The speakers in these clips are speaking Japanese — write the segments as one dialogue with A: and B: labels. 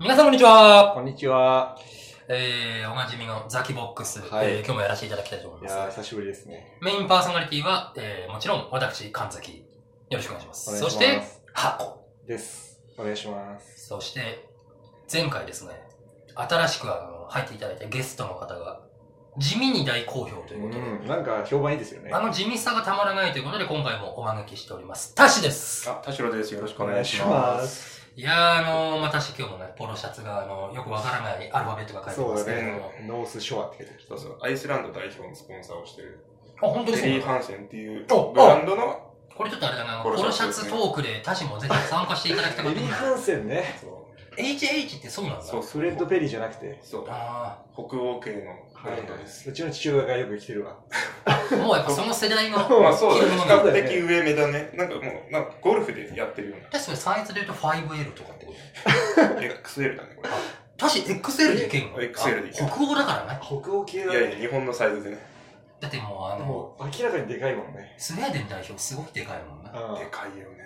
A: 皆さんこんにちは
B: こんにちは。
A: えー、おなじみのザキボックス、
B: はい
A: えー今日もやらせていただきたいと思い
B: い
A: ま
B: やー、
A: す。
B: 久しぶりですね。
A: メインパーソナリティは、えー、もちろん私、神崎。よろしくお願いします。
B: お願いし
A: そ
B: ます
A: して、箱。
B: です。お願いします。
A: そして、前回ですね、新しくあの入っていただいたゲストの方が、地味に大好評と
B: う
A: いうことで、
B: ん、なんか評判いいですよね。
A: あの地味さがたまらないということで、今回もお招きしております。タシです
B: あ
C: 田代です。よろしく
B: お
C: お
B: 願
C: 願
B: い
C: い
B: し
C: し
B: ま
C: ます。
B: す。
A: いやー、あのー、まあ、確か今日もね、ポロシャツが、あのー、よくわからないアルファベットが書いて
B: そ
A: ま
B: う
A: す
B: だ
A: けれども。
B: ね。ノースショアって書いて
C: そうそう、アイスランド代表のスポンサーをしてる、
A: あ、本当
C: テ
A: にそう
C: リー・
A: なの
C: ハンセンっていう
A: お
C: ブランドの、
A: これちょっとあれだな、ポ
C: ポロシャツ
A: ロシャツトークで、他シもぜひ参加していただきた
B: あ
A: かっ
B: る。
A: た
B: エ
A: な
B: リー・ハンセンね。
C: そう、
A: HH ってそうなんだ。
C: そう
B: フレッド・ペリーじゃなくて。
C: そう
A: あ
C: 北欧系のブランドです。
B: うちの父親がよく来てるわ。
A: あ、もうやっぱその世代の着
B: そう
C: まあそうだ
A: る
C: ね、
A: も
C: 比
A: の
B: そうだ
A: なんだ。
B: ね
C: 較的上目だね。なんかもう、なんかゴルフでやってるよう
A: 確かにサイズで言うと 5L とかってこと
C: な、XL だね、こ
A: タシ XL でいけんの
C: XL でいけ
A: あ
C: る
A: 北欧だからね。
B: 北欧系だ
C: れ。いやいや、
B: ね。
C: 日本のサイズでね、
A: だってもうあの、
B: もう明らかにでかいもんね。
A: スウェーデン代表すごくでかいもんね。
C: で
B: う
C: かいよね。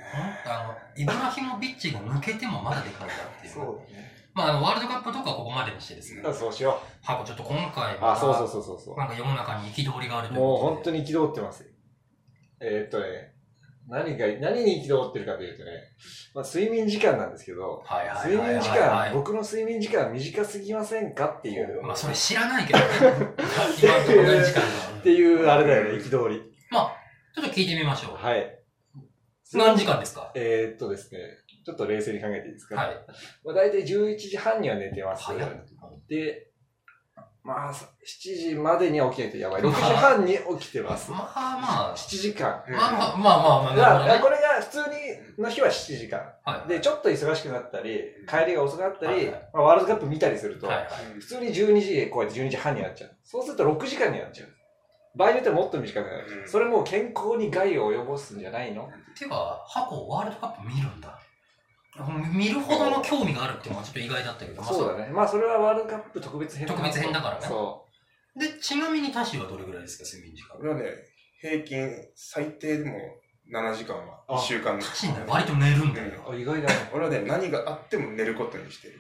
A: あの、イブラヒモビッチが抜けてもまだでかいなってい
B: ん。
A: う。
B: そうだね。
A: まああの、ワールドカップとかはここまでにしてですね
B: だ。からそうしよ
A: ハコちょっと今回
B: う。あ、そうそう
A: そ
B: そうそうそう。
A: なんか世の中に憤りがあるという
B: もう
A: こ
B: 本
A: と
B: 当
A: で。
B: に憤ってますよ。えーっとね、何が、何に憤ってるかというとね、まあ、睡眠時間なんですけど、
A: はいはい
B: 睡
A: はいはい
B: 眠時
A: は
B: 間、
A: い
B: 僕の睡眠時間短すぎませんかっていう、
A: まあそれ知らないけど ね。今のところ時間が
B: っ。ていう、あれだよね、憤り。
A: まあ、ちょっと聞いてみましょう。
B: はい。
A: 何時間ですか
B: えーっとですね、ちょっと冷静に考えていいですか、
A: はい。
B: まあ、大体11時半には寝てます。
A: 早い。
B: で、まあ、7時までには起きないとやばい。6時半に起きてます。
A: まあ
B: 7時間。
A: まあ、まあまあまあまあ、
B: だから
A: なるほど
B: こ
A: ね。
B: れが普通にの日は7時間。
A: はい
B: で、ちょっと忙しくなったり、帰りが遅くなった
A: はい
B: り、
A: はい
B: まあ、ワールドカップ見たりすると、
A: はいはい。
B: 普通に12時、こうやって12時半になっちゃう。そうすると6時間になっちゃう。場合によってはもっと短くなる。
C: うん
B: それもう健康に害を及ぼすんじゃないの
A: てか、箱ワールドカップ見るんだ。見るほどの興味があるっていうのはちょっと意外だったけど、まあ
B: そうだね。まあそれはワールドカップ特別編
A: 特別編だからね
B: そ
A: で、ちなみにタシはどれぐらいですか、睡眠時間
C: こ。れはね、平均、最低でも7時間は、1週間
A: タシね、割と寝るんだ
C: う
A: よ。
C: ん
B: う。あ意外だね。
C: 俺はね、何があっても寝ることにしてる。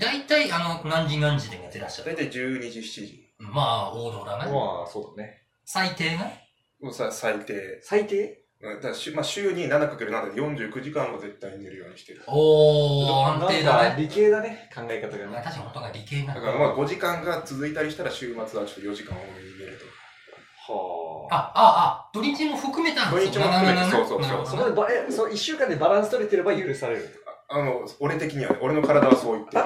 A: だいたい、あの、何時何時で寝てらっしゃ
C: 大
A: る。
C: 体12時、7時。
A: まあ、王道だね。
B: まあそうだね。
A: 最低ね。
C: もうさ最低
B: 最低
C: うんだから週,、まあ、週に 7×7 で49時間は絶対寝るようにしてる
A: おー、安定
B: な
A: だ
B: んか
A: ね。
B: 理系だね。考え方
A: まあ
B: がね。
A: 確かに本当が理系な
C: だ
A: ん
C: からまあ5時間が続いたりしたら週末はちょっと4時間多めに寝ると
B: は
A: あ、あ、あ、土日も含めたんですよ
C: 土日も含めて
A: なるほどね
C: そうそうそう
A: なるほどね
B: そこでば、え、そう、一週間でバランス取れてれば許される。
C: あの俺的にはね俺の体はそう 言ってる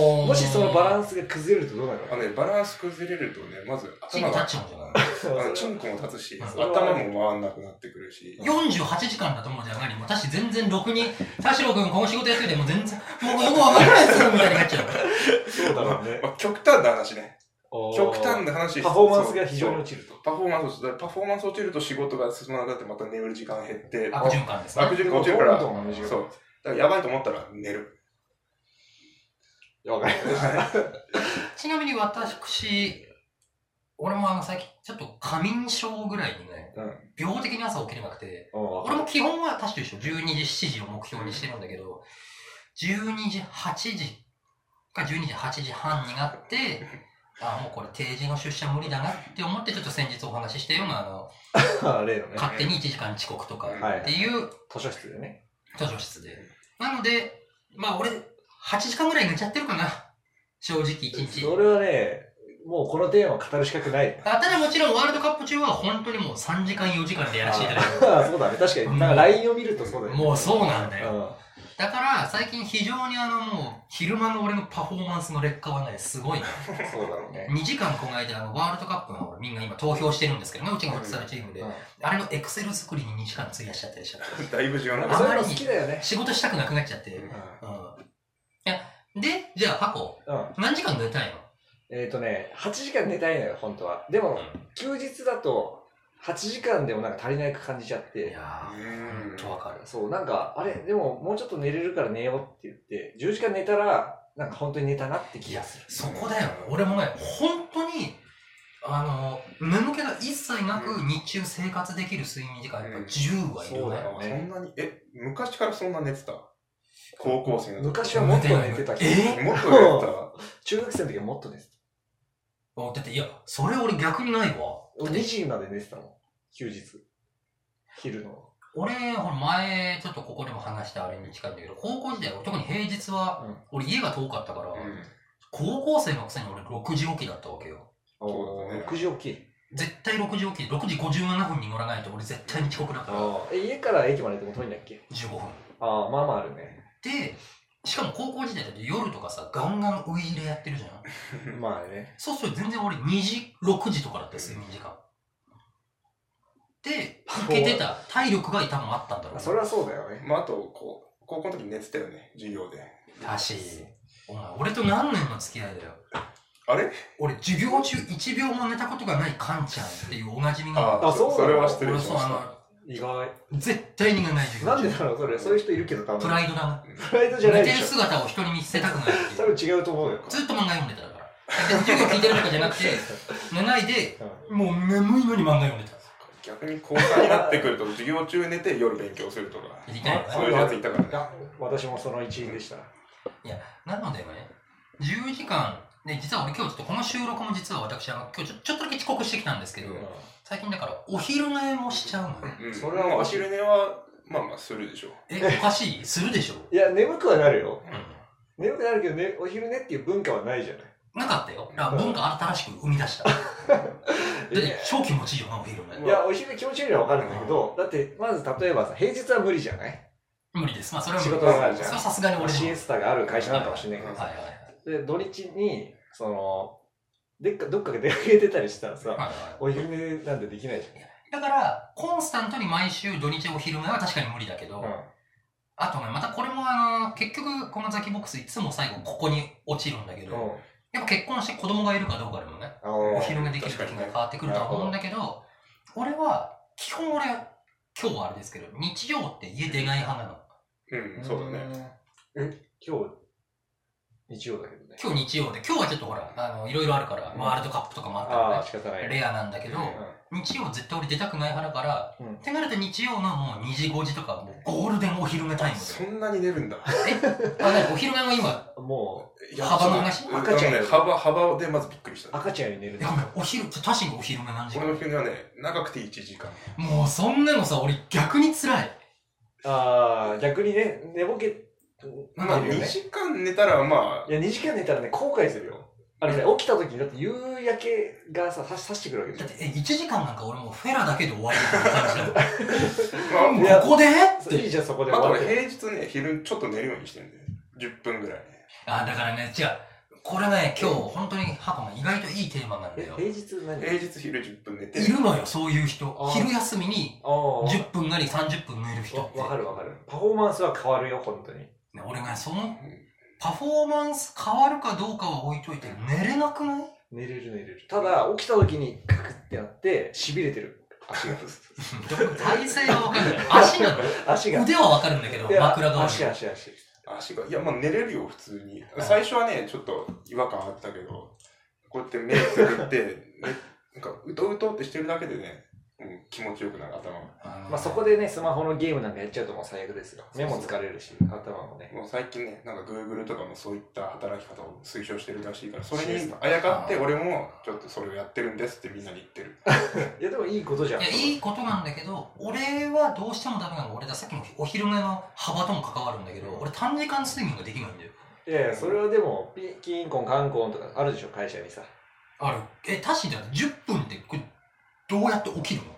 A: も
B: もしそのバラ
A: ン
B: ンスが崩れるとどうなる
C: あのねバランス崩れるとねまず
A: スチー
C: 頭
A: ムタッ
C: が
A: チもじゃない
C: あの
B: の
C: チンコも立つし
A: うん
C: 頭も回んなくなってくるし
A: 48時間だと思うじゃん、何も。私全然ろくに、田代君この仕事やってても全然、もうよくわからないですよ、みたいになっちゃう。
B: そうだろうね。
C: まあ、極端な話ね
B: 極
C: 極端な話
B: パフォーマンスが非常に
C: そう
B: 落ちると。
C: パフォーマンスだからパフォーマンス落ちると仕事が進まなくなってまた眠る時間減って
A: 悪循環ですね
C: 悪。循環落ちるから
B: どんどん短くなる
C: そうだからやばいと思ったら 寝る
B: いやわかりました
A: ちなみに私、俺もあの最近、ちょっと過眠症ぐらいにね、
B: うん
A: 病的に朝起きれなくて、
B: うんわか
A: 俺
B: る
A: も基本は確か一緒、12時、7時を目標にしてるんだけど、12時、8時か12時、8時半にな って、あもうこれ定時の出社無理だなって思って、ちょっと先日お話ししたような、あの、
B: あ例のね、
A: 勝手に1時間遅刻とかっていう
B: 図書室でね。
A: 図書室で。なので、まあ俺、8時間ぐらい寝ちゃってるかな。正直1日。
B: それはね、もうこのテーマを語る資格ない。
A: あただもちろんワールドカップ中は本当にもう3時間4時間でやらせていただいて
B: あそうだね、確かに。なんか LINE を見ると そう
A: る。
B: だよね。
A: もうそうなんだ
B: う
A: よ。
B: ん。
A: だから最近非常にあのもう昼間の俺のパフォーマンスの劣化はね、すごいね。
B: そうだろうね。
A: 2時間この間あのワールドカップのみんな今投票してるんですけどね、うちがフッツサルチームで。あれのエクセル作りに2時間費やしちゃったりしちゃって。
C: だいぶ重要な
B: うん、そういうの好きだよね。
A: 仕事したくなくなっちゃって。
C: うん
A: うんいや、で、じゃあ、ハコ、
B: うん。うん
A: 何時間寝たいの
B: えっ、とね、8時間寝たいのよ、本当は。でも、休日だと、8時間でもなんか足りないく感じちゃっ
A: い
B: て。
A: やー、ほん
C: う
A: とわかる。
B: そう、なんか、あれ、でももうちょっと寝れるから寝ようって言って、10時間寝たら、なんか本当に寝たなって気がする。
A: そこだよ、俺もね、本当に、あの、眠気が一切なく
C: う
A: 日中生活できる睡眠時間、やっぱ10はいる
B: そうだ
A: ね
B: よ。
C: んそんなにえ昔からそんな寝てた高校生の時。
B: 昔はもっと寝てたけど、
A: え
C: もっとやったら、
B: 中学生の時はもっと寝てた。
A: あだって、いや、それ俺逆にないわ。
B: 俺2時まで寝てたもん。休日。昼の。
A: 俺、ほら前、ちょっとここでも話したあれに近いんだけど、高校時代、特に平日は、
B: うん
A: 俺家が遠かったから、
C: うん
A: 高校生のくせに俺6時起きだったわけよ。
C: そうだね
B: 6時起き。
A: 絶対6時起き、6時57分に乗らないと俺絶対に遅刻だから、
B: ああえ家から駅まででも遠いんだっけ
A: 15分。
B: ああ、まあまああるね。
A: で、しかも高校時代だって夜とかさ、ガンガンウイイレやってるじゃん。
B: まあね。
A: そうすると全然俺2時、6時とかだったよ、睡眠時間。で、
B: そう
A: 抜けてた体力が多分あったんだろうね。
B: それはそうだよね。
C: まあ、あと、こう、高校の時寝てたよね、授業で。
A: だし、お前、俺と何年の付き合いだよ。
C: あれ
A: 俺、授業中1秒も寝たことがないカンちゃんっていうおなじみが、
C: あ
B: あ
C: あ、
B: そう
C: そ
B: なの
C: それは失
A: 俺
C: 礼し
A: そう、
C: まし
A: あ
C: た。
B: 意外。
A: の、絶対に寝ない授業
B: なん
A: 中
B: でだろう、それ。そういう人いるけど、多分。
A: プライドだな。
B: プライドじゃな
A: 寝
B: い
A: てる
B: でしょ。
A: 姿を人に見せたくないって
B: 多
A: いう。
B: 分違うと思うよ。
A: ずっと漫画読んでただから。で授業聞いてるとかじゃなくて、寝ないで、
B: うん
A: もう眠いのに漫画読んでた。
C: 逆に高3になってくると、授業中寝て夜勉強するとか。
A: やりたいよね
C: そういうやついたからね
B: い。や私もその一員でした。
A: なのでね、10時間、ね、実は俺今日ちょっとこの収録も実は私、あの今日ちょちょっとだけ遅刻してきたんですけど、最近だからお昼寝もしちゃうのよ。
C: うん、
B: そ
C: そ
B: れ
C: れ
B: は
C: はお昼寝は、まあまあするでしょう。
A: え、おかしいするでしょ
B: いや、眠くはなるよ。
A: う
B: 眠くなるけど、ね、お昼寝っていう文化はないじゃない。
A: ん。なかったよ。だから文化新しく生み出した。だって超気持ちいいよな、お昼
B: い
A: 寝。
B: や、お昼気持ちいいのはわかるんだけど、だって、まず例えばさ、平日は無理じゃない
A: 無理です。まあそれは
B: 仕
A: 無理
B: 事があるじゃ
A: それ
B: ん
A: は。さすがに俺でも
B: シエスタがある会社なのかもしれないけど
A: はいはいはい。
B: で、土日に、その、でっか、どっかで出かけてたりしたらさ、
A: はいはい
B: お昼寝なんてできないじ
A: だから、コンスタントに毎週土日お昼寝は確かに無理だけ
B: ゃ
A: ど、
B: ん。うん。
A: あとね、またこれもあの、結局、このザキボックスいつも最後ここに落ちるんだけど、
B: うん。
A: やっぱ結婚して子供がいるかどうかでもね、
B: あの
A: お昼寝できる時が変わってくるとは思うんだけど、俺は、基本俺、今日はあれですけど、日曜って家出ない派なの。
C: うん、そうだね。
B: ね。え、今日、日曜だけどね。
A: 今日日曜で、今日はちょっとほら、あの、いろいろあるから、
B: うん
A: ワールドカップとかもあった
B: ああ、
A: か
B: 仕方な
A: ら
B: い。
A: ね、レアなんだけど、日曜絶対俺出たくない派だから、
B: うん
A: ってなると日曜のもう2時5時とか、もうゴールデンお昼寝タイム
C: そんなに寝るんだ。
A: で。あ、ね、お昼寝も今、
B: うん。も
C: いや
A: 幅の話
C: そう
B: 赤ちゃん
C: あのね、幅、幅でまずびっくりし
B: う、
C: た。
B: 赤ちゃんより寝る
A: えごめんお昼、ちょ、確かにお昼寝何時
C: 俺
A: 間
C: の昼寝はね、長くて1時間。
A: もうそんなのさ、俺逆に辛い。
B: ああ、逆にね、寝ぼけ、
A: まあ
C: まあ、
B: 寝るよ
C: 2
B: ね。
C: 時間寝たら、ま
B: いや、2時間寝たらね、後悔するよ。あのね、起きた時に、だって夕焼けがさ、ささしてくるわけじ
A: だ
B: ゃ
A: っ
B: ん
A: て、。え、1時間なんか俺もうフェラだけで終わりみたいな感じだもん。
C: あ、まあ、
B: いや
A: ここでっ
B: そういい
A: て。
B: じゃん、そこで
C: あと
B: 終わっ
C: 俺
B: て。
C: 平日ね、昼ちょっと寝るようにしてるんで、10分ぐらいね。
A: あ、だからね、違う。これね、今日、本当に、ハコが意外といいテーマなんだ
B: え
A: よ、。
B: 平日何
C: 平日昼10分寝て
A: い、るのよ、そういう人
B: あ。ー
A: 昼休みに、
B: ああ。
A: 10分なり30分寝る人って
B: わ。かるわかる。パフォーマンスは変わるよ、本当に。
A: ね俺ね、その、パフォーマンス変わるかどうかは置いといて、寝れなくない
B: 寝れる寝れる。ただ、起きた時にカクってなって、痺れてる。足が。
A: 体勢がわかる。足なの
B: 足が。
A: 腕はわかるんだけど、
B: いや
A: 枕代わり
B: 足、。足、足。
C: 足が、いや、まあ寝れるよ、普通に。最初はね、ちょっと違和感あったけど、こうやって目つぶって、 ねなんか、うとうとってしてるだけでね、うん、気持ちよくなる、頭が。
B: まあ、そこでね、スマホのゲームなんかやっちゃうともう最悪ですよ。目も疲れるし、頭もね。
C: もう最近ね、なんか Google とかもそういった働き方を推奨してるらしいから、それにあやかって俺もちょっとそれをやってるんですってみんなに言ってる。
B: いや、でもいいことじゃん。
A: いや、いいことなんだけど、俺はどうしてもダメなのが俺だ。さっきのお昼寝の幅とも関わるんだけど、俺短時間睡眠ができないんだよ。
B: いやいや、それはでも、ピキンコン、カンコンとかあるでしょ、会社にさ。
A: あれ、え、タシだって10分ってこれどうやって起きるの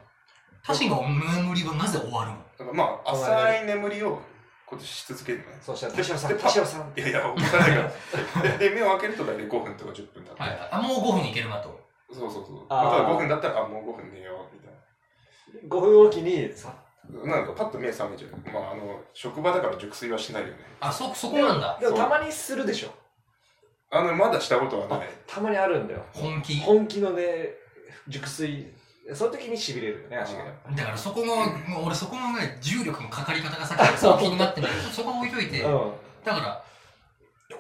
A: タシが眠りはなぜ終わるの
C: だからまあ、浅い眠りをこうやってし続けるのね。
B: そうしたら、田代さん、
C: で
B: 田代さん。
C: いやいや、起きらないから。で、で目を開けると大体5分とか10分だった。
A: はいはい。あ、もう5分いけるなと。
C: そうそうそう。
B: あー
C: また5分だったら、あ、もう5分寝よう、みたい
B: 5分おきに、さ、
C: な。なんかパッと目覚めちゃう。まあ、あの、職場だから熟睡はしないよね。
A: あ、そ、そこなんだ。
B: でも
C: そう
B: たまにするでしょ。
C: あの、まだしたことはない。
B: たまにあるんだよ。
A: 本気。
B: 本気のね、熟睡。その時に痺れるよね、足が。
A: だからそこの、もう俺そこのね、重力のかかり方がさっきからさ気になってないけど、そこは置いといて、
B: うん。
A: だから、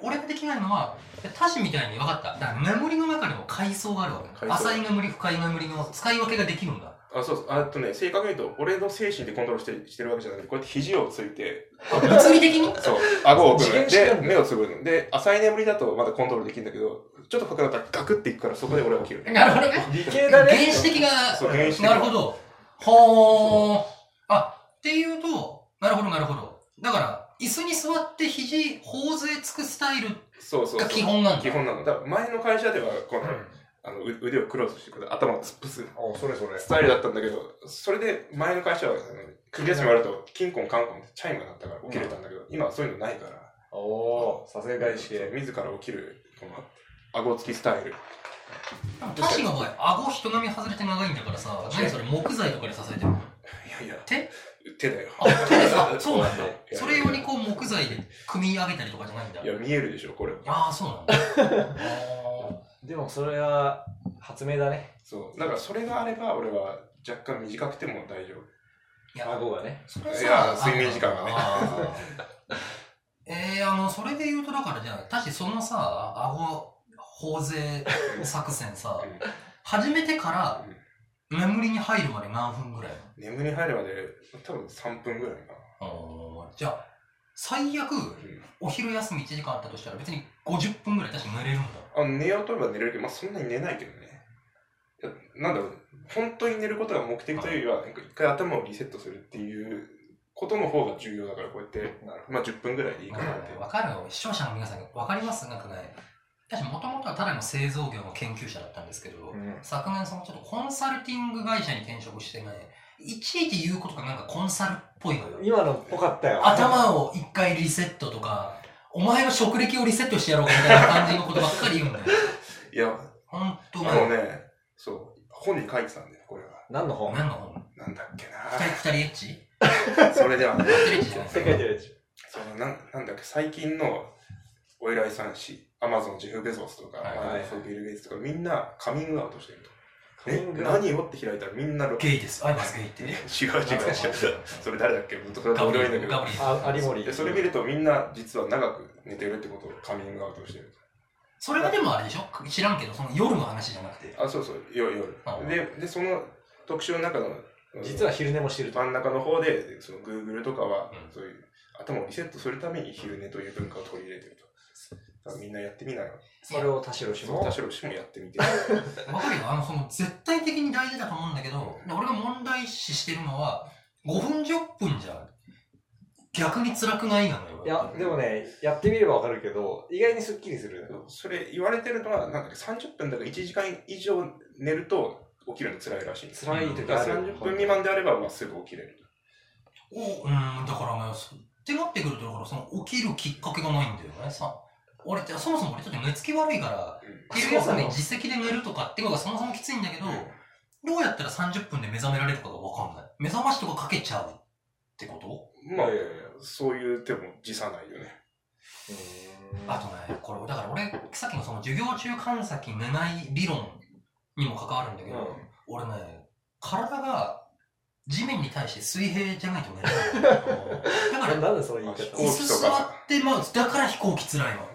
A: 俺ができないのは、タシみたいに分かった。だから眠りの中でも階層があるわけ。
C: 階層
A: 浅い眠り、深い眠りの使い分けができるんだ。
C: あ、そうそう。あとね、正確に言うと、俺の精神でコントロールしてしてるわけじゃなくて、こうやって肘をついて、
A: 物理的に
C: そう、顎を組む。
B: 自転車
C: で
B: な、んだ
C: 目をつぶるの。で、浅い眠りだとまだコントロールできるんだけど、ちょっと深くなったらガクっていくから、そこで俺は起きる。
A: なるほどね。
B: 理系だ
A: 原
B: ね。
A: 始的が
C: そう、原始的
A: なるほど。ほー。あ、っていうと、なるほど、なるほど。だから、椅子に座って肘、頬杖つくスタイル
C: そうそうそ
A: が
C: う。
A: 基本なんだ。
C: 基本なの。だから前の会社では、この、あのう腕をクロスしてくれて頭を突っ伏す
B: おそれそれ。
C: スタイルだったんだけど、それで前の会社は、あの首休みあると、キンコンカンコンってチャイムが鳴ったから起きれたんだけど、今はそういうのないから。
B: おおー、させ返し
C: そう
B: て。
C: 自ら起きる、この、顎つきスタイル。
A: タシの場合、顎人並み外れて長いんだからさ、何それ木材とかで支えてるの
C: いやいや、
A: 手
C: 手だよ。
A: あ、 手ですかそうなんだ
C: いやい。や
A: それ用にこう木材で組み上げたりとかじゃないんだ
C: い。や、見えるでしょ、これ。
A: ああ、そうなんだ。 あ
B: でもそれは発明だね。
C: そう。だから、それがあれば、俺は若干短くても大丈夫。
A: ーいや、
B: 顎がね。
A: それはい
C: や睡眠時間がね
A: ね。えー、あの、それで言うと、だからじゃあ、確かにそのさ、顎、頬勢作戦さ、
C: うん
A: 始めてから、眠りに入るまで何分ぐらい
C: 眠り入るまで、多分3分ぐらいか
A: な
C: な。
A: のじゃあ、最悪、お昼休み1時間あったとしたら、別に50分ぐらい確かに寝れるんだ。
C: あ寝ようと思えば寝れるけど、まあ、そんなに寝ないけどね。いやなんだろう、本当に寝ることが目的というよりは、なんか一回頭をリセットするっていうことの方が重要だから、こうやって、
B: なる
C: まあ10分ぐらいでいいかなって。
A: わかるよ。視聴者の皆さんにわかりますなんかね、私もともとはただの製造業の研究者だったんですけど、
B: ほど。うん。
A: 昨年そのちょっとコンサルティング会社に転職してね、いちいち言うことがなんかコンサルっぽいのよ。
B: 今のっぽかったよ。
A: 頭を一回リセットとか、お前の職歴をリセットしてやろうかみたいな感じのことばっかり言うんだ よ。
C: いや、
A: ほんと
C: あ
A: ね、
C: のね、そう、本に書いてたんだよ、これは。
B: 何の本
A: 何の本
C: なんだっけ
A: 二
C: な
A: 人、二人エッチ
C: それではね、
A: 二人エッチじゃない
B: 世界でやつ。
C: そうなんなんだっけ、最近のお偉いさんし、アマゾン、ジェフ・ベゾスとか、
A: はい
B: はい
C: あのそうビル・ゲイツとか、みんなカミングアウトしてると。
B: カミ
C: え
B: ン、グアウト
C: 何をって開いたらみんなろ
A: ゲイです。アイマスゲイって
C: 違う違う違う。 それ誰だっけずっと
A: ガブリ
C: い
A: エ
C: んだけ
A: ル、ガ
C: ど
A: ブリエル
B: あ、有森。
C: でそれ見るとみんな実は長く寝てるってことをカミングアウトしてる
A: それはでもあれでしょ知らんけど、その夜の話じゃなくて。
C: あそうそう夜
A: うん
C: 夜ででその特集の中の
B: 実は昼寝もしてると。
C: 真ん中の方でその Google とかは
A: うん
C: そういう頭をリセットするために昼寝という文化を取り入れてるとだからみんなやってみなよ
B: それを田代氏
C: その
B: も
C: 田。代氏もやってみて
A: わかるよ。あの、その、絶対的に大事だと思うんだけど、で俺が問題視してるのは、5分10分じゃ、逆に辛くないなのよ。
B: いや、でもね、やってみればわかるけど、意外にスッキリする。
C: それ言われてるのはなんだっけ30分だから1時間以上寝ると起きるの辛いらしいんです
B: 辛い時
C: だ
B: あ
C: か
B: る
C: ら。30分未満であればまあすぐ起きれる
A: おうん、だからまあ、そってなってくると、だから、その、起きるきっかけがないんだよね、さ。俺って、そもそも俺ちょっと寝つき悪いから、
C: うん
A: 昼休みに自責で寝るとかってことがそもそもきついんだけど、どうやったら30分で目覚められるかがわかんない。目覚ましとかかけちゃうってこと
C: まあ、そういう手も辞さないよね。
A: あとね、これ、だから俺、さっきのその授業中間先寝ない理論にも関わるんだけど、
B: うん
A: 俺ね、体が地面に対して水平じゃないと寝れないんだよ。だか
B: な
A: ら、
B: なんでその言い
C: 飛
B: 方
C: 行
A: 椅
C: 機
A: 子座って、まあ、だから飛行機辛いの。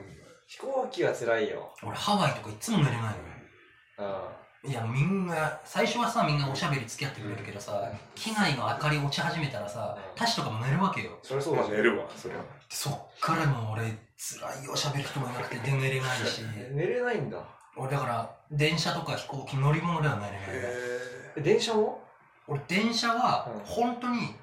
B: 飛行機は辛いよ。
A: 俺、ハワイとかいつも寝れないのよ。
B: あ
A: いや、みんな、最初はさ、みんなおしゃべり付き合ってくれるけどさ、機内の明かり落ち始めたらさ、タシとかも寝るわけよ。
B: それそう
C: ま
B: だ
C: あ
B: し
C: 寝るわ、それは。
A: そっからもう俺、辛いよ、喋る人もいなくて、で寝れないし。
B: 寝れないんだ。
A: 俺だから電車とか飛行機乗り物ではないね
B: え電車も
A: 俺電車
B: うん
A: は本当に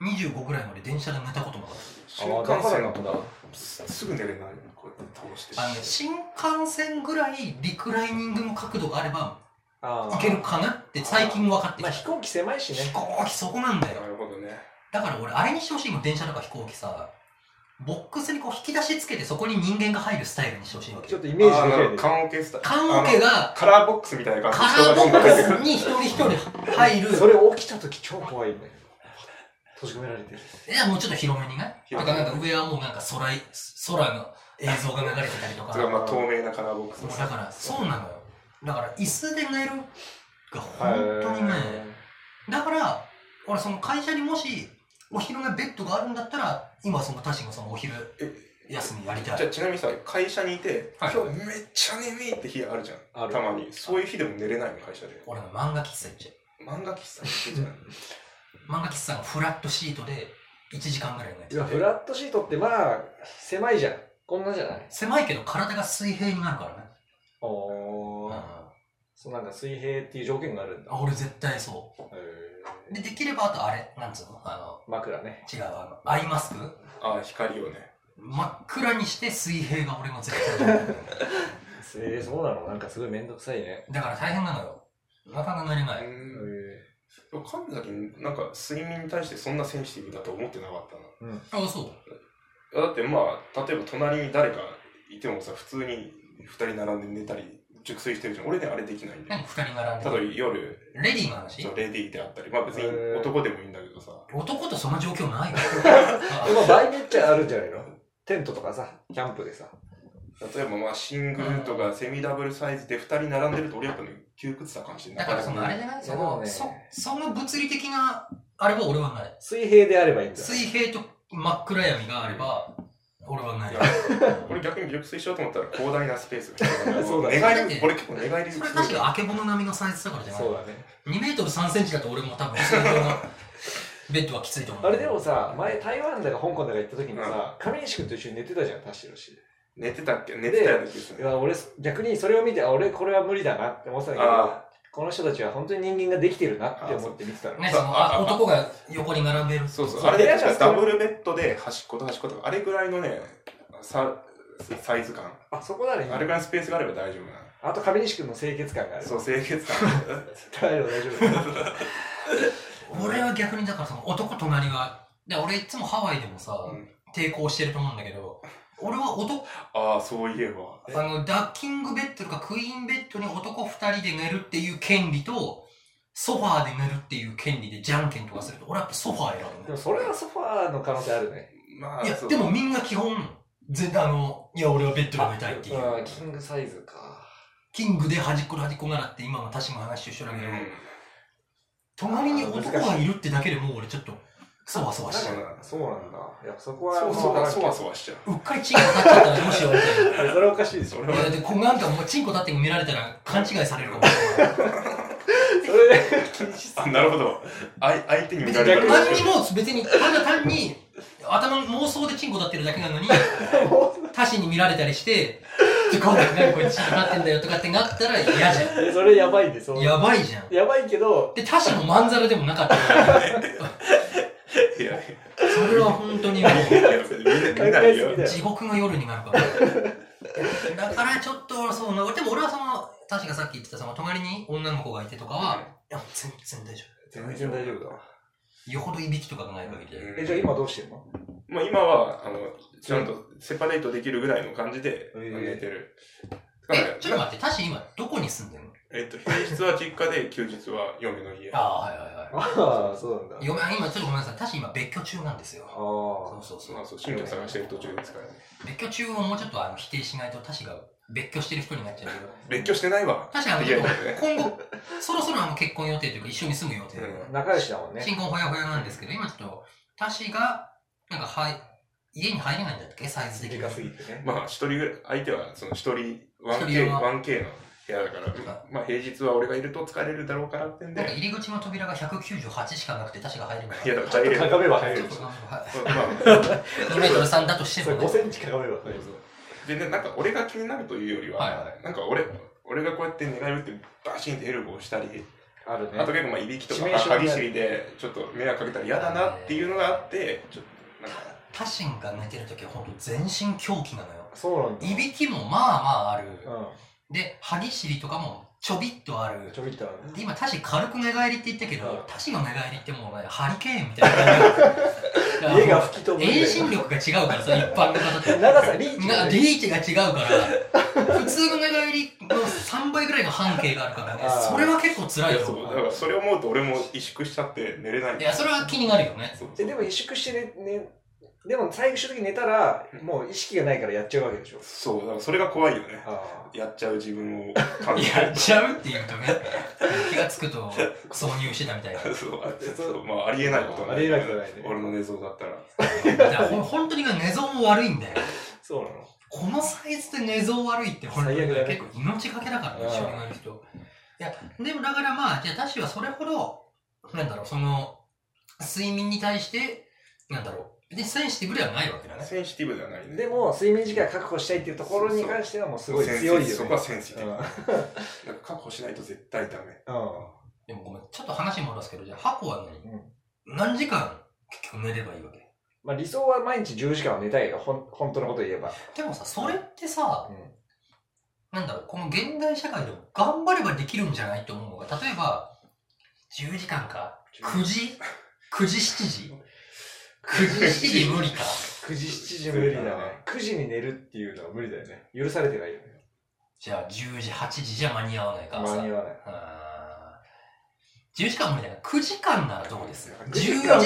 A: 25ぐらいまで電車で寝たこともある
C: 新幹線の
B: だ。
C: すすぐ寝れないよ、こうやって倒して。
A: あのね新幹線ぐらいリクライニングの角度があれば
B: ああ
A: いけるかなって最近分かって
B: まあ
A: き
B: 飛行機狭いしたね。
A: 飛行機そこなんだよ
C: なるほどね。
A: だから俺あれにしてほしいもん電車とか飛行機さボックスにこう引き出しつけてそこに人間が入るスタイルにしてほしいわけ
B: ちょ
A: よ
B: っとイ
C: イ
B: メージできるね。
C: 缶オケスタ
A: 缶オケが
C: カラーボックスみたいな
A: カ
C: 感じ
A: ラーボック
C: 人が
A: スに一人一人入る
B: それ起きた時超怖いんだけど。閉じ込められてる。
A: いや、もうちょっと広めにね。と
C: 広
A: か、
C: め
A: なんか上はもうなんか空い、空の映像が流れてたりとか。
C: 出てくるまあ透明なカラーボックス
A: そうだから、そうなのよ。だから、椅子で寝るが本当にね。だから、俺その会社にもし、お昼寝ベッドがあるんだったら、今そのタシがそのお昼
C: え
A: 休みやりたい。
C: じゃあちなみにさ、会社にいて、
A: はい
C: 今日めっちゃ眠いって日あるじゃん。
B: ある
C: たまに。そういう日でも寝れないの、会社で。
A: 俺の漫画喫茶行っちゃう。
C: 漫画喫茶に行けちゃう。
A: 漫画喫茶のフラットシートで1時間ぐらいのや
B: いや、
A: つ
B: フラットシートってまあ、狭いじゃん。こんなじゃない
A: 狭いけど体が水平になるからね、
B: お
A: うん
B: そうなんか水平っていう条件があるんだ。
A: あ俺絶対そ
B: へ
A: うでできればあとあれなんつうのあ
B: ー枕ね。
A: の違うあのアイマスク
C: ああ、光をね。
A: 真っ暗にして水平が俺も絶対
B: えー、そうなのなんかすごいめんどくさいね。
A: だから大変なのよなかなか乗れな
C: う
A: い
B: へ
C: ん。でも神崎、なんか睡眠に対してそんなセンシティブだと思ってなかったな。
A: あそう
C: いやだってまあ例えば隣に誰かいてもさ普通に2人並んで寝たり熟睡してるじゃん俺ねあれできないんだ
A: 何
C: よ
A: 二人並んで
C: ただ夜
A: レディーの話
C: そうレディーであったりまあ別に
B: へー
C: 男でもいいんだけどさ
A: 男とその状況ないよ
B: でも場合によっちゃあるんじゃないのテントとかさ、キャンプでさ。
C: 例えばまあシングルとかセミダブルサイズで2人並んでると俺やっぱね窮屈さ感じて
A: だからそのあれじゃないその
B: ね
A: そその物理的なあれは俺はない
B: 水平であればいいんだ。
A: 水平と真っ暗闇があれば俺はない
C: いや俺逆に熟睡しようと思ったら広大なスペースが必要
B: そうだ
C: 寝返り俺結構寝返り
A: それ確かあけぼの並みのサイズだからじゃない
B: そうだね。
A: 2メートル3センチだと俺も多分通常のベッドはきついと思う
B: あれでもさ、前台湾だか香港だか行った時にさ、上西君と一緒に寝てたじゃん、タシロシ。
C: 寝てたっけ寝てたような気がす
B: い
C: る
B: や、俺、逆にそれを見て、あ、俺これは無理だなって思ってたんだけど
C: あ、
B: この人たちは本当に人間ができてるなって思って見てたの。
A: ねそのあ男が横に並べる
C: そうそう、
B: そう
C: あれで
B: 部屋が
C: ダブルベッドで端っこと端っこと、あれぐらいのね、さサイズ感、
B: あ、そこならいいん
C: あ
B: だ
C: れぐらいのスペースがあれば大丈夫な
B: あと上西君の清潔感があ
C: の。
B: る。
C: そう、清 潔感。
B: 大丈夫、大丈夫。
A: 俺は逆にだからその男隣はで俺いつもハワイでもさ、
C: うん
A: 抵抗してると思うんだけど俺は男
C: ああ、そういえば。
B: え
A: あのダッキングベッドとかクイーンベッドに男2人で寝るっていう権利とソファーで寝るっていう権利でじゃんけんとかすると俺はやっぱソファー選ぶ
B: で
A: ね
B: もそれはソファーの可能性あるね。
C: まあ、
A: いや
C: そう
A: でもみんな基本全あのいや俺はベッドで寝たいっていう
B: あキングサイズか。
A: キングで端っこで端っこならって今のタシの話と一緒だ
C: う
A: け
C: ん
A: ど、隣に男がいるってだけでもう俺ちょっとそわそわしちゃう
C: なんか
B: そうなんだ。いや、そこは、
C: そうそう、
B: まあ
C: そわそわしちゃう。
A: うっかりチンコ立っちゃったらどうしようみたいな
B: それはおかしいでしょ。
C: それ
A: いやだっ
C: は、
A: てこうなんかもうチンコ立って見られたら勘違いされるかもしれない。
B: それで、 禁止す
C: あなるほど。あい相手に見られたら
A: 何にも別にただ単に頭の妄想でチンコ立ってるだけなのに
B: る。も
A: 他人に見られたりして「ちょ今度何これチンコ立ってんだよ」とかってなったら嫌じゃ
B: うそれやばいで、そ
A: ん
B: う。
A: やばいじゃん
B: やばいけど、
A: で他人もまんざらでもなかったから
C: いやい
A: それは本当にも
C: やいうや、みんな見ないよ
B: 考。えす
A: 地獄の夜になるからだからちょっとそうなでも俺はその確かさっき言ってたその隣に女の子がいてとかはいや全然大丈
B: 全然大丈夫だわ。
A: 夫よほどいびきとかがない限り
B: え、じゃあ今どうしてんの
C: まあ今は、あの、ちゃんとセパレートできるぐらいの感じで
B: えー
C: 寝てる。だから
A: え、ちょっと待って、タシ今、どこに住んでんの
C: えっと、平日は実家で、休日は嫁の家。
A: ああ、はいはいは
B: ああ、そうなん
A: い。
B: だ。
A: 嫁、あ今、ちょっとごめんなさい、タシ今、別居中なんですよ。そ
B: あ
A: うそうそ
C: まあ
A: う。
C: そう、新居探してる途中ですからね。
A: 別居中をもうちょっとあの否定しないと、タシが別居してる人になっちゃうけど。
C: 別居してないわ。
A: タシあの、
C: いやいや
A: 今後、そろそろあの結婚予定というか、一緒に住む予定で、
B: あ。仲良しだもんね。
A: 新婚ほやほやなんですけど、今ちょっと、タシが、なんか、はい、家に入れないんだっけサイズ的に。
B: 短すぎてね。
C: まあ、一人ぐらい、相手はその一人、
A: 一人
C: 1K、
A: は
C: 1K の部屋だから、まあ平日は俺がいると疲れるだろうからってん
A: なんか
C: で、
A: 入り口の扉が198しかなくて、タシが入れない。
C: いや、だか
B: ちょっ
C: ら
B: と
C: 入れる。
B: かがめば入
A: ち
B: れ
A: ょ
B: る
A: っ。となんか はい
C: まあまあ
A: 2メートル3だとして
B: それ
A: も、
B: 5
A: ね、
B: センチかがめば入る。
C: でね、なんか俺が気になるというより
A: はい
C: は
A: は、
C: なんか俺、俺がこうやって寝返るってバシンってヘルプをしたり、
B: あるね。
C: あと結構まあいびきと
B: 致命傷に
C: か
B: なる
C: 歯ぎしりでちょっと迷惑かけたら嫌だなっていうのがあって、ちょっとなんか、
A: タシが寝てるときは本当全身狂気なのよ。
B: そうなんだ。
A: いびきもまあまあある。
B: う
A: で、歯ぎしりとかもちょびっとある
B: ん。。ちょびっとあるね。
A: で今、タシ軽く寝返りって言ったけ
B: うん
A: ど、タシの寝返りってもうね、ハリケーンみたいな感じだから。
B: 家が吹き飛ぶ みたいな
A: 遠心力が違うからさ、一般の方 って。
B: 長さリーチ
A: な
B: がね
A: リーチが違うから、普通の寝返りの3倍ぐらいの半径があるからね
B: あ、ー
A: それは結構辛い
C: いやそう
A: よ。
C: だからそれ思うと俺も萎縮しちゃって寝れない。
A: いや、それは気になるよね。
C: そう
B: えでも萎縮してねねでも最終的に寝たらもう意識がないからやっちゃうわけでしょ
C: そう、だからそれが怖いよね。
B: あ
C: やっちゃう自分を感 じ
A: や
C: る
A: っ。ちゃうっていうとね、気がつくと挿入してたみたいな。
C: そう、あそうまあ、ありえないこと
B: ありえないことないね
C: 俺の寝相だったら。
A: だからほん本当にね寝相も悪いんだよ。
B: そうなの
A: このサイズで寝相悪いって本当に
B: 最悪だね
A: 結構命がけだからね、一緒に寝る人。いや、でもだからまあ、じゃあ、ダッシュはそれほど、なんだろう、その、睡眠に対して、なんだろう、で、センシティブではないわけだね。
C: センシティブではないね。
B: でも、睡眠時間確保したいっていうところに関しては、もうすごい
C: センシ
B: 強いよね。
C: そこはセンシ
B: う
C: ティブ。なんか確保しないと絶対ダメ。
B: ん。
A: でもごめん、ちょっと話戻すけど、じゃあ、ハコは
B: うん。うん。
A: 何何時間結局寝ればいいわけ
B: まあ理想は毎日10時間は寝たいよ。ほん、本当のこと言えば。
A: でもさ、それってさ
B: う、ん。
A: なんだろう、この現代社会でも頑張ればできるんじゃないと思うのが、例えば、10時間か、9時 ?9 時7時 ?9 時7時無理か。
B: 9時、7時無理だね。9時に寝るっていうのは無理だよね。許されてないよね。
A: じゃあ、10時、8時じゃ間に合わないか
B: 間
A: らさ。
B: に合わない。
A: あー10時間無理だな。9時間ならどうです ?10
C: 9時
A: 時、7
B: 10時間なら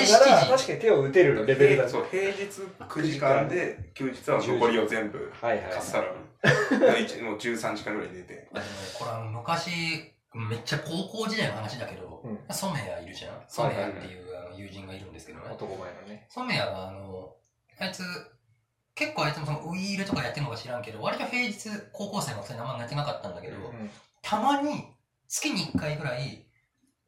A: 時
B: 確。かに手を打てるレベルだね
C: そう、平日9時間で、休日は残りを全部、
B: はいはい。
C: かっさらう。一もう13時間ぐらい寝て。
A: あのねこれあの昔、めっちゃ高校時代の話だけど、
B: うん
A: ソメヤいるじゃんソメヤっていうあの友人がいるんですけどね。
B: 男前のね。
A: ソメヤがあの、あいつ、結構あいつもそのウイールとかやってるのか知らんけど、割と平日高校生のくせにあんま寝てなかったんだけど、
C: う
B: うん。
A: たまに月に1回ぐらい、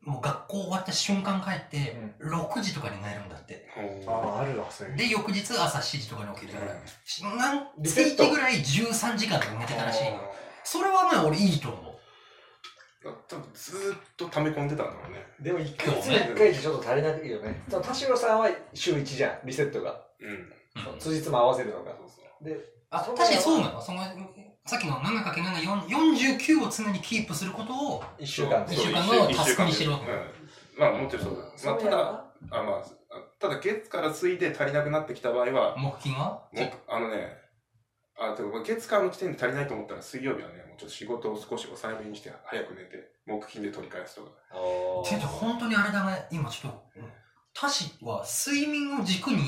A: もう学校終わった瞬間帰って、6時とかに寝るんだって。
B: ああ、あるわ、そういうの。
A: で、翌日朝7時とかに起きるから、なん
B: リセッ
A: 月
B: ト
A: ぐらい13時間とか寝てたらしいの。それはね、俺いいと思う。
C: 多分ずーっと溜め込んでたんだろうね。
B: でも1
A: ヶ
B: ヶ
A: 月
B: 月
A: に一
B: に1
C: 回
B: 回じゃちょっと足りないよね。田代さんは週1じゃん、リセットが。
C: うん。
A: うん
B: 辻褄合わせるのが。
C: そうそう。
B: で、
A: あ、
B: そ
A: 確か
B: う
A: にそうなの。その、さっきの 7×749 を常にキープすることを、
B: 1週間
A: 一
B: で。
A: 週間のタスクにしてるわけ
C: うんまあ、もちろんそうだ。まあ、ただ、あまあ、ただ月から水で足りなくなってきた場合は、
A: 目金は
C: もうあのね、あでも月からの時点で足りないと思ったら水曜日はね、もうちょっと仕事を少し抑えめにして早く寝て、木金で取り返すとか。
A: ていうと、本当にあれだね、今ちょっと、タシは睡眠を軸に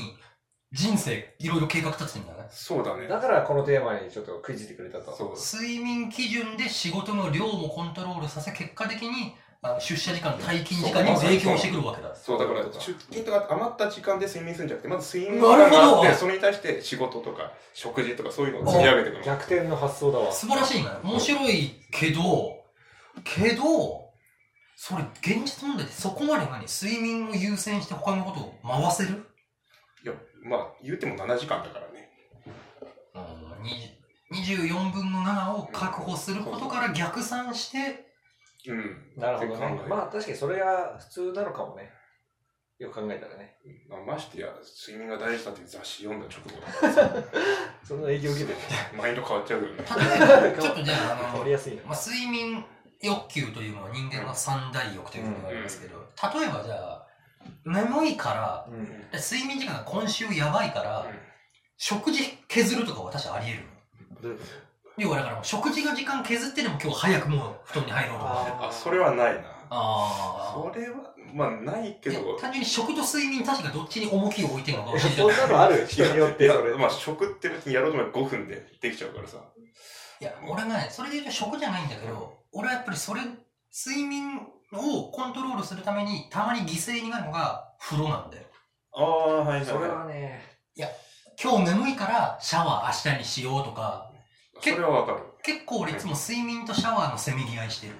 A: 人生いろいろ計画立ててんだね。
C: そうだね。
B: だからこのテーマにちょっと食いついてくれたと。
C: そう。
A: 睡眠基準で仕事の量もコントロールさせ、結果的にあの出社時間、退勤時間にも影響してくるわけだ。
C: そう、だか
B: そ
C: ら
B: ういうことか
C: 出勤とか余った時間で睡眠するんじゃなくて、まず睡眠
A: なるほど
C: があって、それに対して仕事とか食事とかそういうのを積み上げていくの。
B: 逆転の発想だわ。
A: 素晴らしいね。面白いけど、けど、それ現実問題でそこまで何睡眠を優先して他のことを回せる
C: いや、まあ、言うても7時間だからね。
A: うんに24分の7を確保することから逆算 して、
C: うん。
B: なるほど
C: って
B: ね
C: 考。え
B: まあ確かにそれが普通なのかもね。よく考えたらね。
C: まあ、ましてや、睡眠が大事だっていう雑誌読んだ直後だからさ
B: その影響を受けて
C: マインド変わっちゃうよ ね。
A: 例えば、ちょっとじゃあ、あ
B: 変わ
A: の
B: り、やすいな。
A: まあ、睡眠欲求というのは人間の三大欲というふうに言われますけど、例えばじゃあ、眠いから、
B: う
C: うん
B: ん。
A: 睡眠時間が今週やばいから、食事削るとかは確かあり得るの要はだからもう食事の時間削ってでも今日早くもう布団に入ろうとか。
C: あ、それはないな。
A: あ
C: それは、まあ、ない
A: あ。
C: けど。
A: 単純に食と睡眠確かどっちに重きを置いてるのか
B: いや
A: 教えて
B: そんなのある人によっ
C: い
B: て
C: や
B: それ。、
C: まあ、食って別にやろうと思えば5分でできちゃうからさ。
A: いや、俺がね、それで言うと食じゃないんだけど、俺はやっぱりそれ、睡眠をコントロールするために、たまに犠牲になるのが風呂なんだよ。
C: ああ、はいはい。
B: それはね、
A: 今日眠いからシャワー明日にしようとか、
C: それはわかる。
A: 結構俺いつも睡眠とシャワーのせめぎ合いしてる。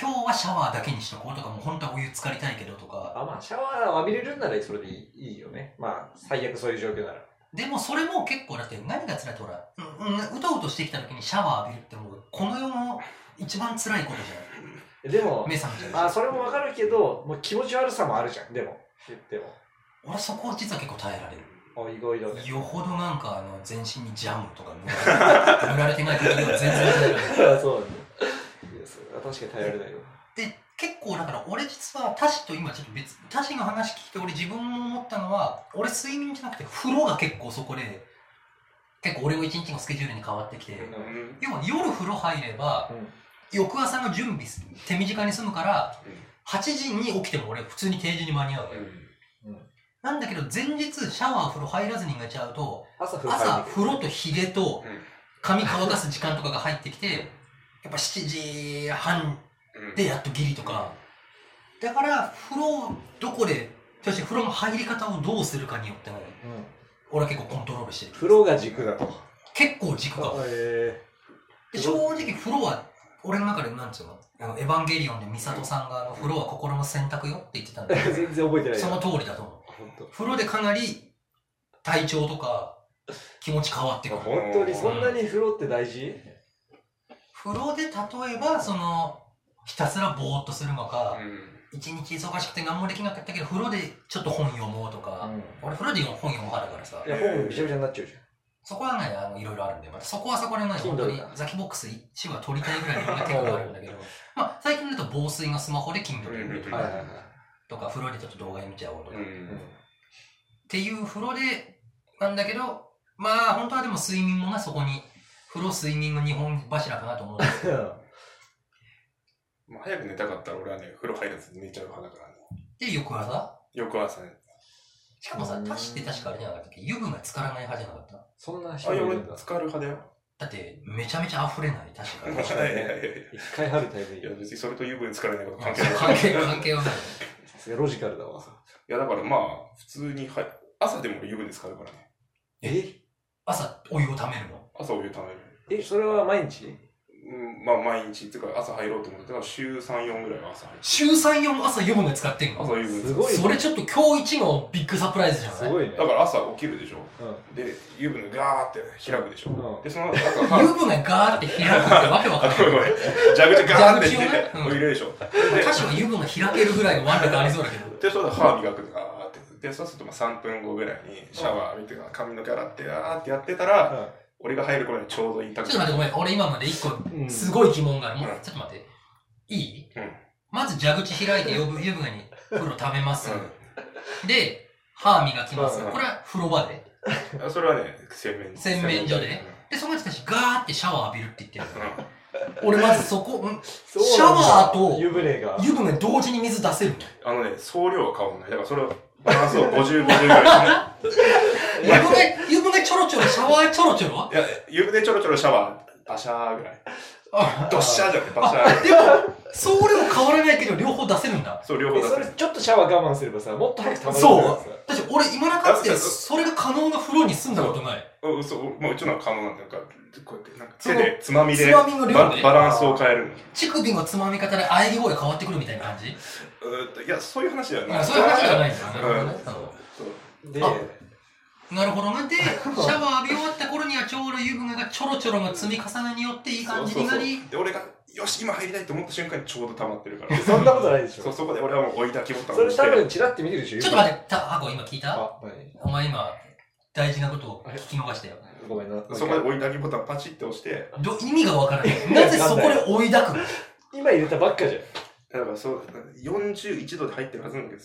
A: 今日はシャワーだけにしとこうとか、もう本当はお湯浸かりたいけどとか。
B: あまあ、シャワーを浴びれるんならそれでいいいいよね。まあ、最悪そういう状況なら。
A: でもそれも結構だって何が辛いってほら、うんうんうとうとしてきた時にシャワー浴びるってもう、この世の一番辛いことじ
B: で
A: ゃ
B: も
A: ん。目、覚めちゃうし。
B: まあ、それもわかるけど、もう気持ち悪さもあるじゃん、でも。言っても。
A: 俺そこは実は結構耐えられる。
B: あ、意外だね。
A: よほどなんかあの全身にジャムとか塗られ塗られてない時は全然塗られない
B: あそうなんだ。いや、それは確かに耐えられないよ。
A: で結構だから俺実は他氏と今ちょっと別他氏の話聞いて俺自分も思ったのは俺睡眠じゃなくて風呂が結構そこで結構俺の一日のスケジュールに変わってきて
B: うん
C: うん
A: 要は夜風呂入れば
B: うん。
A: 翌朝の準備す手短に済むから8時に起きても俺普通に定時に間に合うのよなんだけど前日シャワー風呂入らずに寝ちゃうと
B: 朝風呂
A: 朝風呂
B: て
A: とヒゲと
C: うん
A: 髪乾かす時間とかが入ってきて、やっぱ7時半
C: うん
A: でやっとギリとか、だから風呂をどこで、そして風呂の入り方をどうするかによってね、
B: うん。
A: 俺は結構コントロールしてる。
B: 風呂が軸だと。
A: 結構軸が。
B: へえ
A: で正直風呂は俺の中でなんつうのあの、エヴァンゲリオンでミサトさんがあの、風呂は心の選択よって言ってたんだけ
B: 全然覚えて
A: ど、
B: ない
A: その
B: よ。
A: 通りだと思う。
B: 本当。
A: 風呂でかなり体調とか気持ち変わってくる。
B: 本当にそんなに風呂って大事
A: 風呂で例えば、その、ひたすらぼーっとするのか、一日忙しくて何もできなかったけど、風呂でちょっと本読もうとか、俺風呂で本読む派だからさ
B: い、や、本びちゃびちゃになっちゃうじ
A: そこはね、あの、いろいろあるんで、またそこはそこでね、本当
B: Kindle
A: に
B: だ
A: ザキボックス1話取りたいぐらいいろんな手があるんだけど、まあ、最近だと防水のスマホで Kindle で見ると
C: う
B: ゃ
C: ん
B: ん。
A: か
B: はいはいはい。
A: とか、風呂でちょっと動画見ちゃおうとか、
C: う
A: っ
B: うん
C: ん。
A: ていう風呂で、なんだけど、まあ、本当はでも睡眠もね、そこに、風呂、睡眠の日本柱かなと 思うんですけど、
C: まあ、早く寝たかったら俺はね、風呂入らずに寝ちゃう派だからね。
A: で、翌朝
C: 翌朝ね。
A: しかもさ、足して確かあれじゃなかったっけ湯船浸からない派じゃなかった
B: そんな
C: あ、
B: 人
C: い
B: い
C: や、
B: る
C: 俺、
B: んだ。
C: 浸かる派だよ。
A: だって、めちゃめちゃ溢れない、確か
C: い
A: に
C: や。
B: かに
C: いやいやい
B: 一回春タイプいい
C: や、い
B: よ
C: や。別にそれと湯船浸からないこと関 係ない。
A: 関係、
C: い
A: 関係はない。
B: さすがロジカルだわ。
C: や、だからまあ、普通に、はい、朝でも俺湯船浸かるからね。
B: え
A: 朝、お湯をためるの。
C: 朝お湯ためる。
B: え、それは毎日
C: うん、まあ、毎日、っていうか朝入ろうと思ってたから、週3、4ぐらいは朝入る。
A: 週3、4朝湯船使ってんの
C: 朝湯船
B: す
C: 浸か
B: ごいね。
A: それちょっと今日一のビッグサプライズじゃない
B: すごいね
C: る。。だから朝起きるでしょ。
B: う
C: で、湯船ガーって開くでしょ。
B: うん
C: で、その後、朝から
A: 湯船ガーって開くってわけわか
C: あ、
A: んな
C: ごめんご
A: い。
C: めん。蛇口ガーンってして
A: 蛇口をねうん
C: お湯入れるでしょ。
A: 歌詞は湯船開けるぐらいの腕力ありそうだけど。
C: で、そうだ、歯磨くとか、って。で、そうするとまあ3分後ぐらいにシャワー浴びて、髪の毛洗って、あーってやってたら、
B: ん
C: 俺が入る頃にちょうどいいタ
A: ちょっと待ってごめん、俺今まで一個
B: うん。
A: すごい疑問がある。もう
C: うん
A: ちょっと待って。いい、
C: うん
A: まず蛇口開いて湯船湯船に風呂溜めます。
C: う
A: で、歯磨きます。
C: うん
A: これは風呂場で。
C: んあ。それはね、洗面
A: 洗面所でね
C: う
A: で、そのうちたちガーってシャワー浴びるって言ってる
C: ん。
A: 俺まずそこ、ん
B: そうなんだ
A: シャワーと
B: 湯船が。
A: 湯船同時に水出せるの
C: あのね、総量は変わんない。だからそれを、バランスを50、50ぐら
A: 湯船、湯船ちょろちょろ、シャワーちょろちょろ
C: い。いや、湯船ちょろちょろシャワー、パシャーぐらい。
A: あ
C: ドッシャーじゃなくて、パシャ
A: あ
C: ー。
A: でも、総量変わらないけど、両方出せるんだ。
C: そう、両方
B: え
C: だ
B: そ
C: っ
B: れ
C: て。
B: ちょっとシャワー我慢すればさ、もっと早く溜まるからさ
A: だって俺、今中って、それが可能な風呂に住んだことない。
C: うん、そう、まあ、うちのは可能なんだよ。なんかこうやって、なんか
A: その
C: 手で、つまみで、
A: つまみの量
C: バ
A: ね
C: バランスを変えるの。
A: 乳首のつまみ方で喘ぎ声変わってくるみたいな感じ
C: うーんといや、そういう話ではない。。
A: そういう話じゃないいんだ
C: う
A: なんるほどね。
C: そう
B: で、
A: あなるほど ね。で、シャワー浴び終わった頃にはちょうど湯船がちょろちょろの積み重ねによっていい感じになり、
C: で俺がよし今入りたいと思った瞬間にちょうど溜まってるから
B: そんなことないでし
C: そう
B: ょ。
C: そこで俺はもう追いだきボタン
B: そ
C: を
B: れ
C: 押して
B: 多分チラって見てるでしょ。
A: ちょっと待って、た、ハコ今聞いた
B: あ、何
A: お前今、大事なことを聞き逃したよ。
B: ごめんな。
C: そこで追いだきボタンパチって押して
A: ど意味がわからない。なぜそこで追い抱くの
B: 今入れたばっかじゃん。
C: だからそう41度で入ってるはずなんだけど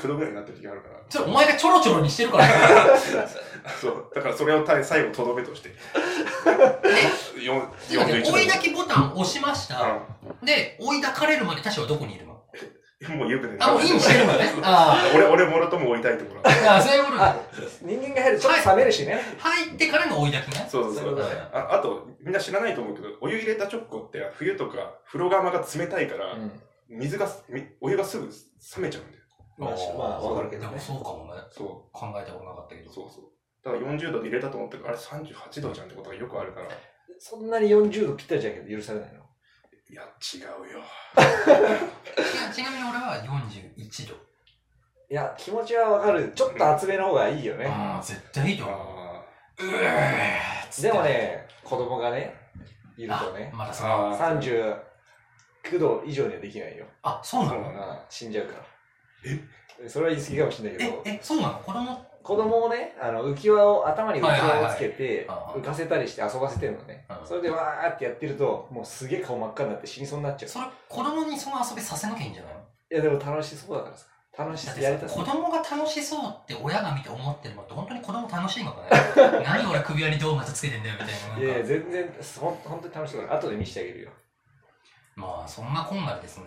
C: 39度ぐらいになってる時があるか
A: それお前がちょろちょろにしてるから。
C: らそうだからそれを耐え最後とどめとしてよん
A: ちょっと待っ
C: 41
A: て
C: 度
A: 追い抱きボタン押しました。
C: う
A: で、追い抱かれるまで多少はどこにいるの
C: んもう湯船
A: あ、もうインしてるのね。あ
C: 俺俺もろとも追いたいところ
A: あ。ああ、そういうことだ
B: あ。、人間が入るとちょっと冷めるしね。
A: 入ってからの追い抱きね。
C: そうそう
B: そ
C: そう
B: いう
C: う
B: こと
A: ね
C: ああとみんな知らないと思うけどお湯入れたチョッコって冬とか風呂釜が冷たいから、
B: うん
C: 水がみお湯がすぐ冷めちゃうんだよ
B: まあしまあわかるけ
A: で
B: ど
A: も
B: ね。
A: そうかもね。
C: そう
A: 考えたことなかったけど。
C: そうそう。だから40度で入れたと思ったけど、あれ38度じゃんってことがよくあるから、い
B: そんなに40度ぴったりじゃんけど許されないの。
C: や、違うよ。
A: ちなちなみに俺は41度。
B: いや、気持ちはわかる。ちょっと厚めの方がいいよね。
A: ああ、絶対いいと思う。
C: あ
A: うーっつって
B: でも、ね、子供がね、いるとね
A: あ、まだその、
C: あー。
B: 39度以上にはできないよ。
A: あ、そうな
C: そう
A: の
C: なの
B: あ死んじゃうから。えそれは言い過ぎかもしれないけ
A: え
B: ど、、
A: え、そうなの子供
B: 子供をね、あの浮き輪を、頭に浮き
A: はいはい
B: 輪
A: はい
B: をつけて、
A: ああ
B: 浮かせたりして遊ばせてるのね
A: う。ん
B: それでわーってやってると、もうすげえ顔真っ赤になって死にそうになっちゃう。
A: それ、子供にその遊びさせなきゃいいんじゃないの
B: いや、でも楽しそうだからさ。楽し
A: だっ
B: そうやり
A: て
B: た
A: さ
B: そう
A: 子供が楽しそうって親が見て思ってるのって本当に子供楽しいのか ね何俺首輪にドーナツつけてんだよみたいななんか
B: いやいや、全然、ほん本当に楽しそうだから。後で見せてあげるよ。
A: まあそんなこんなでですね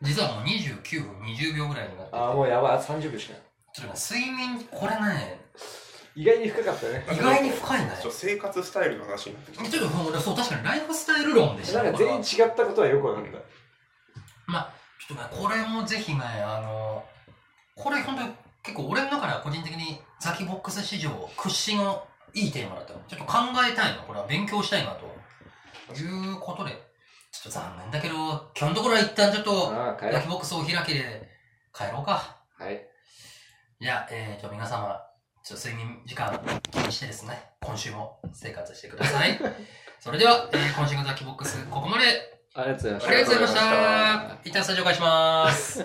A: 実はもう29分20秒ぐらいになってて
B: ああ、もうやばい。あと30秒しかない。
A: ちょっとね睡眠これね
B: 意外に深かったね。
A: 意外に深いね
C: ちょ生活スタイルの話になってきた。
A: ちょっと俺そう確かにライフスタイル論でした
B: な
A: ね
B: んか全員違ったことはよくわかった。
A: ちょっとねこれもぜひねあのこれ本当に結構俺の中では個人的にザキボックス史上屈指のいいテーマだったのちょっと考えたいなこれは勉強したいなということでちちょっと残念だけど、今日のところは一旦ちょっと、
B: ああ、帰
A: ラ
B: れ
A: キ。ボックスを開きで帰ろうか。
B: はい。
A: いや、えーと、皆様、ちょっと睡眠時間気にしてですね、今週も生活してくだ さい。それでは、えー今週のラキボックス、ここまで。
B: ありがとうございま
A: あ
B: した。
A: りがとうございました。一旦スタジオ返します。